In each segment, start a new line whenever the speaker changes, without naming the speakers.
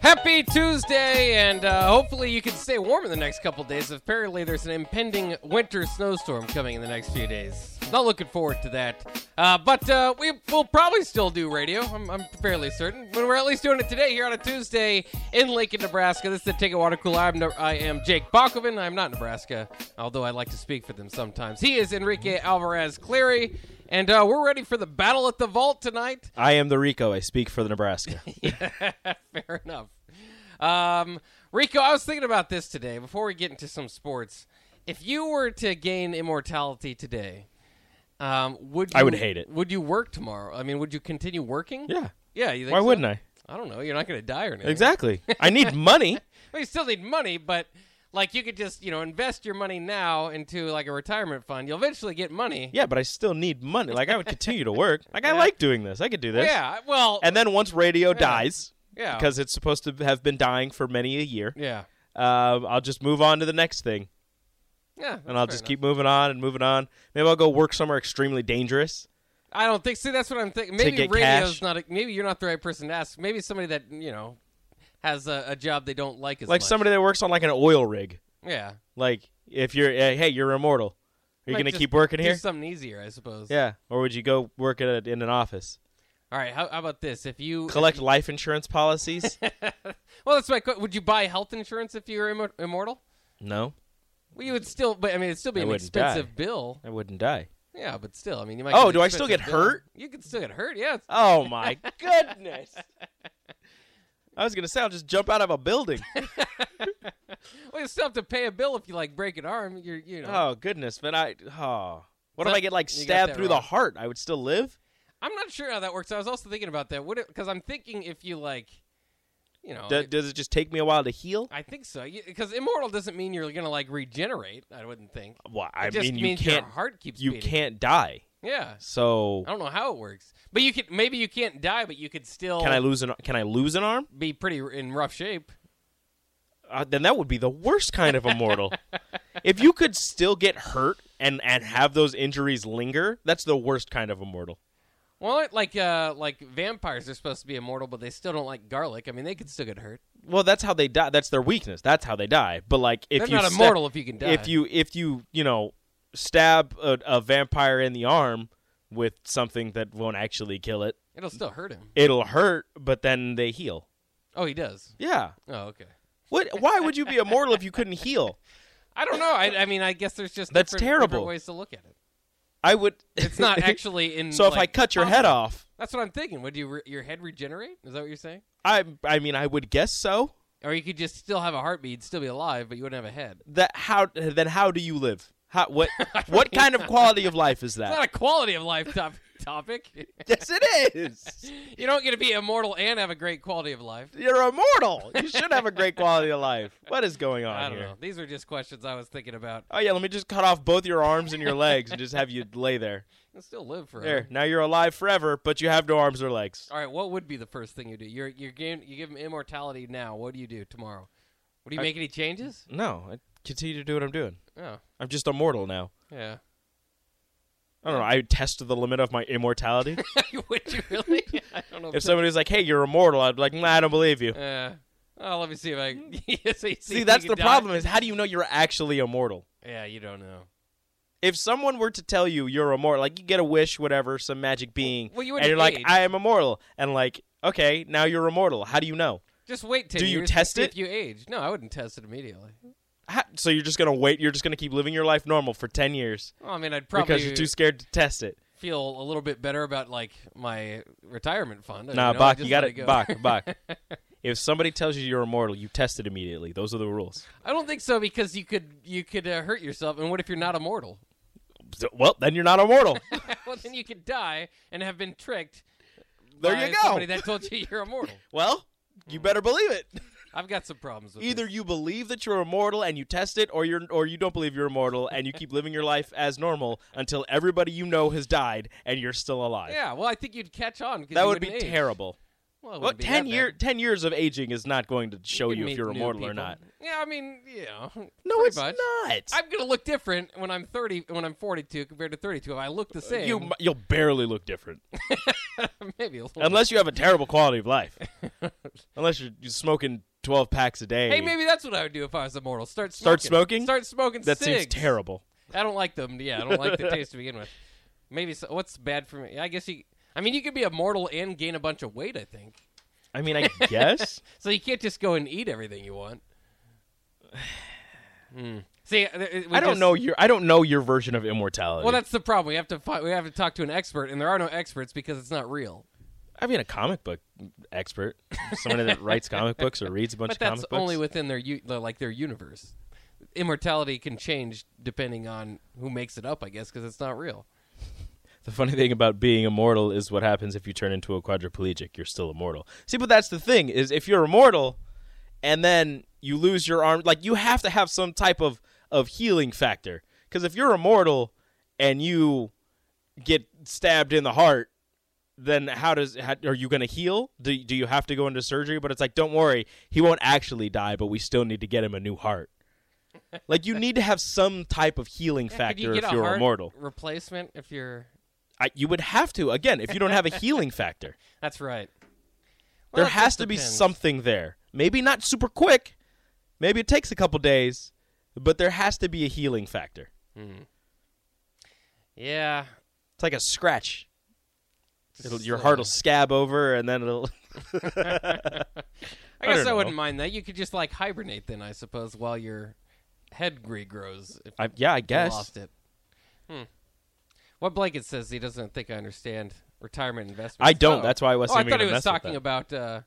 Happy Tuesday, and uh, hopefully you can stay warm in the next couple days. Apparently, there's an impending winter snowstorm coming in the next few days. Not looking forward to that. Uh, but uh, we will probably still do radio, I'm, I'm fairly certain. But we're at least doing it today here on a Tuesday in Lincoln, Nebraska. This is the Ticket Water Cooler. I'm, Ne- I am Jake Bakoven. I'm not Nebraska, although I like to speak for them sometimes. He is Enrique Alvarez Cleary, and uh, we're ready for the battle at the vault tonight.
I am the Rico. I speak for the Nebraska.
Fair enough. Um, Rico, I was thinking about this today before we get into some sports. If you were to gain immortality today, um, would you,
I would hate it.
Would you work tomorrow? I mean, would you continue working?
Yeah.
Yeah. You think
Why
so?
wouldn't I?
I don't know. You're not going to die or anything.
Exactly. I need money.
Well, you still need money, but like you could just you know invest your money now into like a retirement fund. You'll eventually get money.
Yeah, but I still need money. Like I would continue to work. Like I like doing this. I could do this.
Yeah. Well.
And then once radio dies,
yeah.
because it's supposed to have been dying for many a year,
Yeah.
um, I'll just move on to the next thing,
Yeah.
and I'll just keep moving on and moving on. Maybe I'll go work somewhere extremely dangerous.
I don't think. See, that's what I'm thinking. Maybe
get
radio's
cash.
not. A, maybe you're not the right person to ask. Maybe somebody that you know has a, a job they don't like as
Like
much.
somebody that works on like an oil rig.
Yeah.
Like if you're, eh, hey, you're immortal. Are you
Like,
gonna
just
keep working
do
here?
Something easier, I suppose.
Yeah. Or would you go work at a, in an office,
All right. How, how about this? If you
collect life insurance policies?
well, that's my. que- Would you buy health insurance if you were immo- immortal?
no.
Well, you would still. But I mean, it'd still be
I
an
wouldn't
expensive
die.
bill.
I wouldn't die.
Yeah, but still, I mean, you might.
Oh,
an
do I still
expensive
get
bill.
hurt?
You could still get hurt. Yeah. it's-
Oh my goodness. I was gonna say I'll just jump out of a building.
Well, you still have to pay a bill if you like break an arm. You're, you know.
oh goodness, but I oh. What if
But
I get like
you got
stabbed
that
through the
wrong.
heart? I would still live?
I'm not sure how that works. I was also thinking about that. Would it? Because I'm thinking if you like, you know,
Do-
it-
does it just take me a while to heal?
I think so. Because immortal doesn't mean you're gonna like regenerate. I wouldn't think.
Well, I
it just
mean you
means
can't
Your heart keeps.
you
beating.
can't die.
Yeah.
So
I don't know how it works, but you could maybe you can't die, but you could still
can I lose an can I lose an arm?
be pretty r- in rough shape.
Uh, then that would be the worst kind of immortal. if you could still get hurt and and have those injuries linger, that's the worst kind of immortal.
Well, it- like uh, like vampires are supposed to be immortal, but they still don't like garlic. I mean, they could still get hurt.
Well, that's how they die. That's their weakness. That's how they die. But like, if
They're
you
not
sta-
immortal if you can die.
if you if you you know stab a, a vampire in the arm with something that won't actually kill it,
it'll still hurt him.
it'll hurt, but then they heal.
Oh, he does.
Yeah.
Oh, okay.
What? Why would you be immortal if you couldn't heal?
I don't know. I, I mean, I guess there's just
That's
different, different
terrible.
ways to look at it.
I would.
It's not actually in.
so if I
like,
cut your head
possible.
off,
that's what I'm thinking. Would you re- your head regenerate? Is that what you're saying?
I I mean I would guess so.
Or you could just still have a heartbeat, you'd still be alive, but you wouldn't have a head.
That how then how do you live? How what what kind of quality of life is
It's not
that?
a quality of life top- topic.
yes, it is.
You don't get to be immortal and have a great quality of life.
You're immortal. You should have a great quality of life. What is going on
I don't
here?
know. These are just questions I was thinking about.
Oh yeah, let me just cut off both your arms and your legs and just have you lay there.
I still live forever.
There. Now you're alive forever, but you have no arms or legs.
All right, what would be the first thing you do? You're you're game, you give him immortality now. What do you do tomorrow? Would you
I-
make any changes?
No, I continue to do what I'm doing.
Oh,
I'm just immortal now.
yeah.
I don't know. I would test the limit of my immortality.
would you really? I don't know.
if somebody was like, "Hey, you're immortal," I'd be like, "Nah, I don't believe you."
Uh, oh, let me see if I. can so you
Hmm. See,
if
that's
you
the
can die?
problem is how do you know you're actually immortal?
Yeah, you don't know.
If someone were to tell you you're immortal, like you get a wish, whatever, some magic being,
well, you
and
wouldn't
you're like,
age.
"I am immortal," and like, okay, now you're immortal. How do you know?
Just wait ten
Do you
years to
test
see
it?
if you age? No, I wouldn't test it immediately.
How, so you're just gonna wait? You're just gonna keep living your life normal for ten years?
Well, I mean, I'd probably
because you're too scared to test it.
feel a little bit better about like my retirement fund. I
Nah,
mean, I
Bach,
just
you got
let
it.
go.
Bach, Bach. if somebody tells you you're immortal, you test it immediately. Those are the rules.
I don't think so because you could you could uh, hurt yourself. And what if you're not immortal?
So- Well, then you're not immortal.
well, then you could die and have been tricked.
There
by
you go.
Somebody that told you you're immortal.
well, you better believe it.
I've got some problems with
Either
this.
you believe that you're immortal and you test it, or you're or you don't believe you're immortal and you keep living your life as normal until everybody you know has died and you're still alive.
Yeah, well, I think you'd catch on. 'cause
that
you
would be
wouldn't age.
terrible.
Well, it
Well,
wouldn't be
ten
that
year
bad.
ten years of aging is not going to show
You'd
you if
meet
you're
new
immortal or
people.
not.
Yeah, I mean, you know.
No,
pretty
it's
much.
not.
I'm gonna look different when I'm 30, when I'm 42 compared to 32. If I look the same,
you you'll barely look different
maybe a little.
unless you have a terrible quality of life. unless you're, you're smoking twelve packs a day.
hey, maybe that's what I would do if I was immortal. Start smoking.
Start smoking?
Start smoking.
that seems
cigs.
terrible.
I don't like them. Yeah, I don't like the taste to begin with. Maybe so, what's bad for me? I guess you. I mean, you could be immortal and gain a bunch of weight. I think
I mean, I guess.
so. You can't just go and eat everything you want. Hmm. See, th- it- we
I don't
just-
know your I don't know your version of immortality.
Well, that's the problem. We have to find, we have to talk to an expert, and there are no experts because it's not real.
I mean, a comic book expert, somebody that writes comic books or reads a bunch
But
of
that's
comic books.
only within their u- the- like their universe. Immortality can change depending on who makes it up, I guess, because it's not real.
the funny thing about being immortal is what happens if you turn into a quadriplegic. You're still immortal. See, but that's the thing is if you're immortal, and then you lose your arm, like you have to have some type of of healing factor. Because if you're immortal and you get stabbed in the heart, then how does how, are you going to heal? Do do you have to go into surgery? But it's like, don't worry, he won't actually die, but we still need to get him a new heart. like you need to have some type of healing
Could you
factor
get
if
a
you're
heart
immortal.
replacement if you're.
I, you would have to again if you don't have a healing factor.
That's right.
there
that
has
just
to be
depends.
something there. Maybe not super quick. Maybe it takes a couple days, but there has to be a healing factor.
Yeah.
It's like a scratch. It'll, your heart will
uh,
scab over, and then it'll.
I guess
don't
I,
know.
wouldn't mind that. You could just like hibernate then, I suppose, while your head regrows. If
I, yeah, I
you
guess.
lost it. Hmm. What blanket says he doesn't think I understand retirement investment.
I don't. That's why I wasn't
Oh, I
even
thought he
gonna
was
mess with
talking
that.
about uh,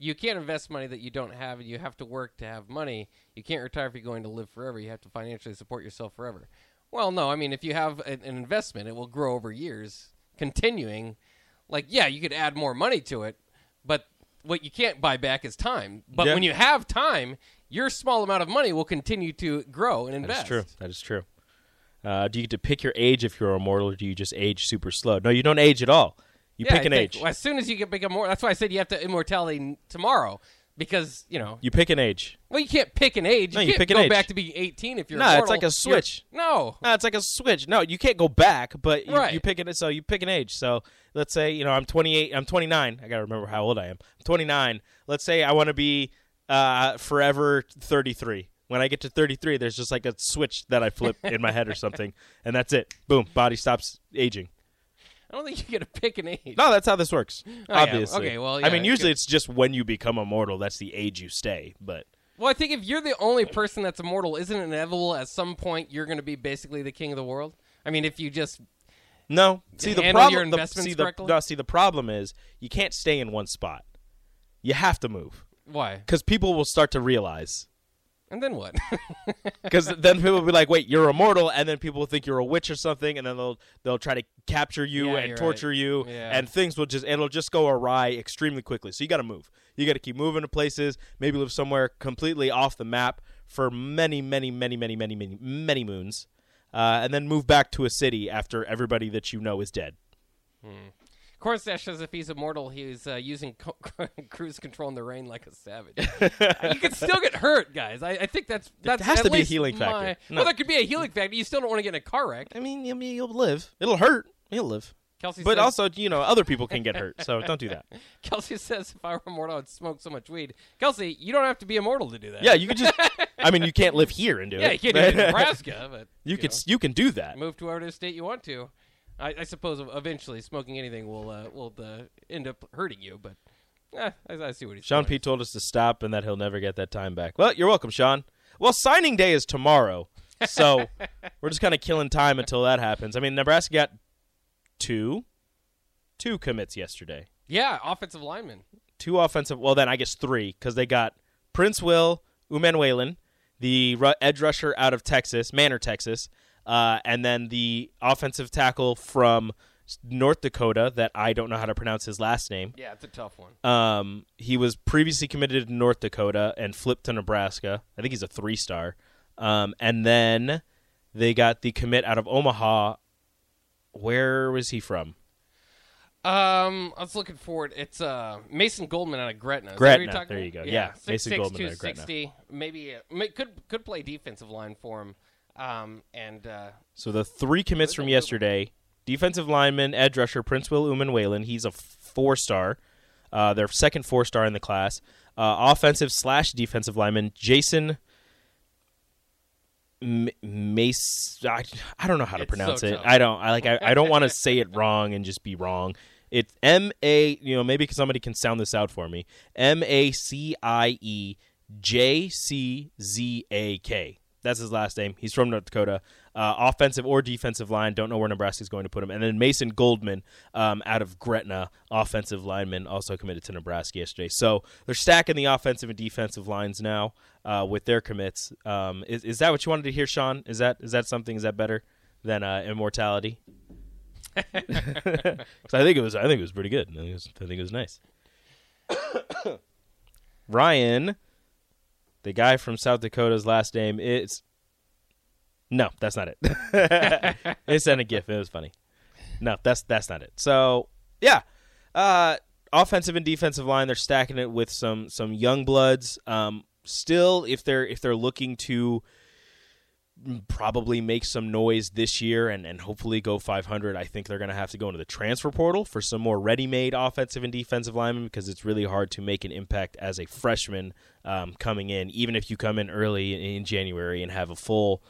you can't invest money that you don't have, and you have to work to have money. You can't retire if you're going to live forever. You have to financially support yourself forever. Well, no, I mean if you have an, an investment, it will grow over years, continuing. Like yeah, you could add more money to it, but what you can't buy back is time. But
Yeah.
when you have time, your small amount of money will continue to grow and invest.
That's true. That is true. Uh, do you get to pick your age if you're immortal, or do you just age super slow? No, you don't age at all. You
Yeah,
pick
I
an
think-
age.
well, as soon as you get become more, that's why I said you have to immortality n- tomorrow because you know.
You pick an age.
Well, you can't pick an age.
No,
you
you
can't
pick an
go
age.
back to being 18 if you're.
No, it's
immortal.
like a
You're-
switch.
no,
No, it's like a switch. No, you can't go back, but you,
Right.
you pick it. So you pick an age. So let's say you know I'm 28. I'm 29. I gotta remember how old I am. I'm 29. Let's say I want to be uh, forever 33. When I get to 33, there's just like a switch that I flip in my head or something, and that's it. Boom, body stops aging.
I don't think you get to pick an age.
No, that's how this works. obviously.
Okay, well,
I
Oh, yeah,
mean,
you
usually
could-
it's just when you become immortal. That's the age you stay. But
Well, I think if you're the only person that's immortal, isn't it inevitable at some point you're going to be basically the king of the world? I mean, if you just
No, see the
handle
problem.
your
the-
investments
see the,
correctly?
no, see the problem is you can't stay in one spot. You have to move
why
because people will start to realize.
and then what?
Because then people will be like, "Wait, you're immortal," and then people will think you're a witch or something, and then they'll they'll try to capture you
Yeah, you're
and torture
right.
you,
Yeah.
and things will just it'll just go awry extremely quickly. So you got to move. You got to keep moving to places. Maybe live somewhere completely off the map for many, many, many, many, many, many, many moons, uh, and then move back to a city after everybody that you know is dead.
Cornstash says if he's immortal, he's uh, using co- cruise control in the rain like a savage. you can still get hurt, guys. I, I think that's that's
has
at
to be a
least
healing factor.
my-
No.
Well, that could be a healing factor. You still don't want to get in a car wreck.
I mean, I mean, you'll live. It'll hurt. You'll live.
Kelsey
but
says-
also, you know, other people can get hurt, so don't do that.
Kelsey says if I were immortal, I'd smoke so much weed. Kelsey, you don't have to be immortal to do that.
Yeah, you could just. I mean, you can't live here and do
Yeah, you
it.
can do it in Nebraska, but
you could.
know,
s- You can do that.
move to whatever state you want to. I, I suppose ev- eventually smoking anything will uh, will uh, end up hurting you, but eh, I, I see what he's
Sean
doing.
P told us to stop, and that he'll never get that time back. Well, you're welcome, Sean. Well, signing day is tomorrow, so we're just kind of killing time until that happens. I mean, Nebraska got two, two commits yesterday.
Yeah, offensive lineman.
two offensive. Well, then I guess three because they got Prince Will, Uman Whalen, the ru- edge rusher out of Texas, Manor, Texas, uh, and then the offensive tackle from North Dakota that I don't know how to pronounce his last name.
Yeah, it's a tough one.
Um, he was previously committed to North Dakota and flipped to Nebraska. I think he's a three star. Um, and then they got the commit out of Omaha. Where was he from?
Um, I was looking for it. It's uh Mason Goldman out of Gretna. Is that
Gretna,
who you're talking
there
about?
you go. Yeah,
six,
Mason
six,
Goldman
two,
out of Gretna.
60, Maybe uh, may, could could play defensive line for him. Um, and uh,
So the three commits from yesterday: defensive lineman, edge rusher Prince Will Uman Whalen. He's a four star, uh, their second four star in the class. Uh, offensive slash defensive lineman Jason M- Mace. I, I don't know how to
It's
pronounce
so
it.
tough.
I don't. I like. I, I don't want to say it wrong and just be wrong. It's M A. You know, maybe somebody can sound this out for me. M A C I E J C Z A K. That's his last name. He's from North Dakota. Uh, offensive or defensive line. Don't know where Nebraska's going to put him. And then Mason Goldman um, out of Gretna, offensive lineman, also committed to Nebraska yesterday. So they're stacking the offensive and defensive lines now uh, with their commits. Um, is, is that what you wanted to hear, Sean? Is that is that something? Is that better than uh, immortality? 'Cause I think it was. I think it was pretty good. I think it was, I think it was nice. Ryan, the guy from South Dakota's last name is. No, that's not it. they sent a gif. It was funny. No, that's that's not it. So yeah, uh, offensive and defensive line. They're stacking it with some some young bloods. Um, still, if they're if they're looking to probably make some noise this year and, and hopefully go 500. I think they're going to have to go into the transfer portal for some more ready made offensive and defensive linemen because it's really hard to make an impact as a freshman um, coming in, even if you come in early in, in January and have a full,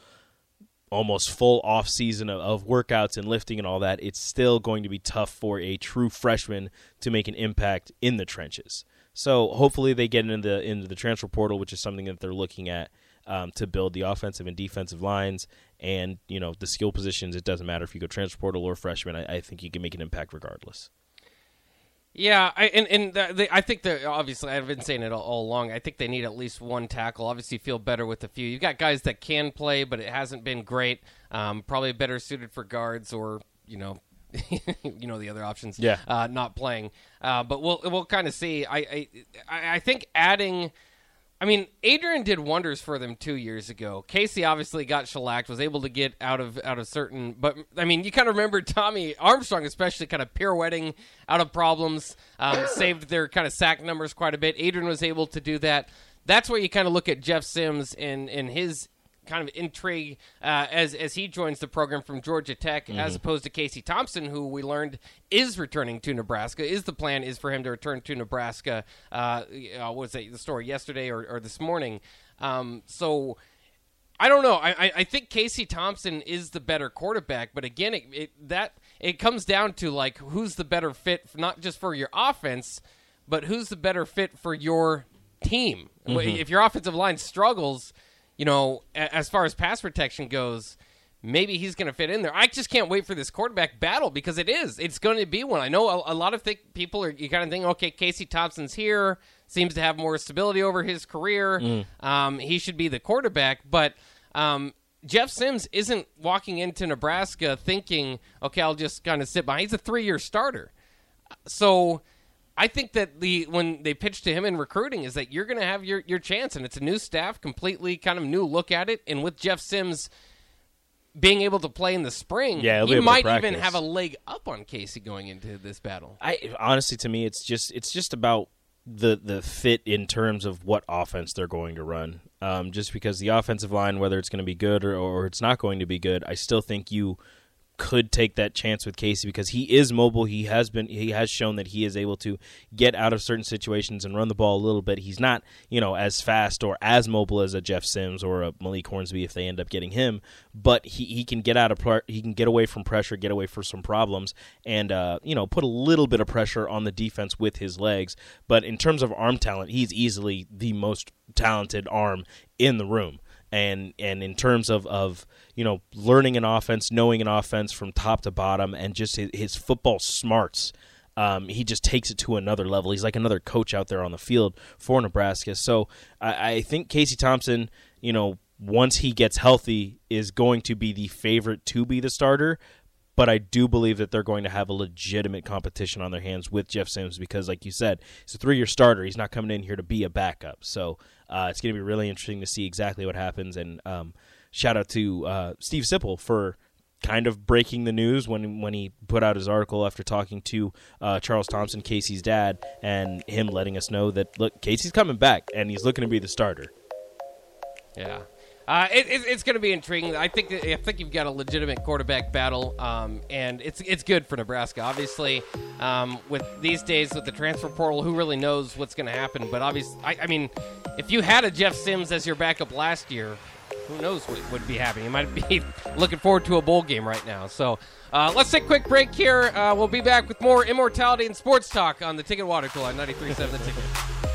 almost full off season of, of workouts and lifting and all that. It's still going to be tough for a true freshman to make an impact in the trenches. So hopefully they get into the into the transfer portal, which is something that they're looking at um, to build the offensive and defensive lines and you know the skill positions. It doesn't matter if you go transfer portal or freshman. I, I think you can make an impact regardless.
Yeah, I, and and the, the, I think that obviously I've been saying it all, all along. I think they need at least one tackle. Obviously, feel better with a few. You've got guys that can play, but it hasn't been great. Um, probably better suited for guards or you know, you know the other options.
Yeah.
uh, not playing. Uh, but we'll we'll kind of see. I, I I I think adding. I mean, Adrian did wonders for them two years ago. Casey obviously got shellacked, was able to get out of out of certain. But I mean, you kind of remember Tommy Armstrong, especially, kind of pirouetting out of problems, um, saved their kind of sack numbers quite a bit. Adrian was able to do that. That's where you kind of look at Jeff Sims and and his kind of intrigue uh, as as he joins the program from Georgia Tech, as opposed to Casey Thompson, who we learned is returning to Nebraska. Is the plan is for him to return to Nebraska? Uh, uh, what was it, the story yesterday or, or this morning? Um, so. I don't know. I, I, I think Casey Thompson is the better quarterback, but again, it, it that it comes down to like who's the better fit, f- not just for your offense, but who's the better fit for your team. W If your offensive line struggles, you know, a, as far as pass protection goes, maybe he's going to fit in there. I just can't wait for this quarterback battle because it is. It's going to be one. I know a, a lot of think people are you kind of think, okay, Casey Thompson's here, seems to have more stability over his career. Um, he should be the quarterback, but um, Jeff Sims isn't walking into Nebraska thinking, okay, I'll just kind of sit by. He's a three-year starter. So I think that the when they pitch to him in recruiting is that you're going to have your your chance and it's a new staff, completely kind of new look at it and with Jeff Sims being able to play in the spring,
Yeah, he'll be
he
able to
might even
practice.
have a leg up on Casey going into this battle.
I honestly, to me, it's just it's just about the the fit in terms of what offense they're going to run. Um, just because the offensive line, whether it's going to be good or, or it's not going to be good, I still think you could take that chance with Casey because he is mobile. He has been he has shown that he is able to get out of certain situations and run the ball a little bit. He's not, you know, as fast or as mobile as a Jeff Sims or a Malik Hornsby if they end up getting him, but he, he can get out of part he can get away from pressure, get away from some problems and uh, you know, put a little bit of pressure on the defense with his legs. But in terms of arm talent, he's easily the most talented arm in the room and and in terms of of you know learning an offense, knowing an offense from top to bottom, and just his, his football smarts. Um, he just takes it to another level. He's like another coach out there on the field for Nebraska. So I, I think Casey Thompson, you know, once he gets healthy, is going to be the favorite to be the starter. but I do believe that they're going to have a legitimate competition on their hands with Jeff Sims because, like you said, he's a three-year starter. He's not coming in here to be a backup, so uh, it's going to be really interesting to see exactly what happens. And um, shout out to uh, Steve Sipple for kind of breaking the news when when he put out his article after talking to uh, Charles Thompson, Casey's dad, and him letting us know that look, Casey's coming back and he's looking to be the starter.
Yeah. Uh, it, it, it's going to be intriguing. I think I think you've got a legitimate quarterback battle, um, and it's it's good for Nebraska. Obviously, um, with these days with the transfer portal, who really knows what's going to happen? But obviously, I, I mean, if you had a Jeff Sims as your backup last year, who knows what would be happening? You might be looking forward to a bowl game right now. So uh, let's take a quick break here. Uh, we'll be back with more immortality and sports talk on the Ticket Water Cooler on 93.7 The Ticket.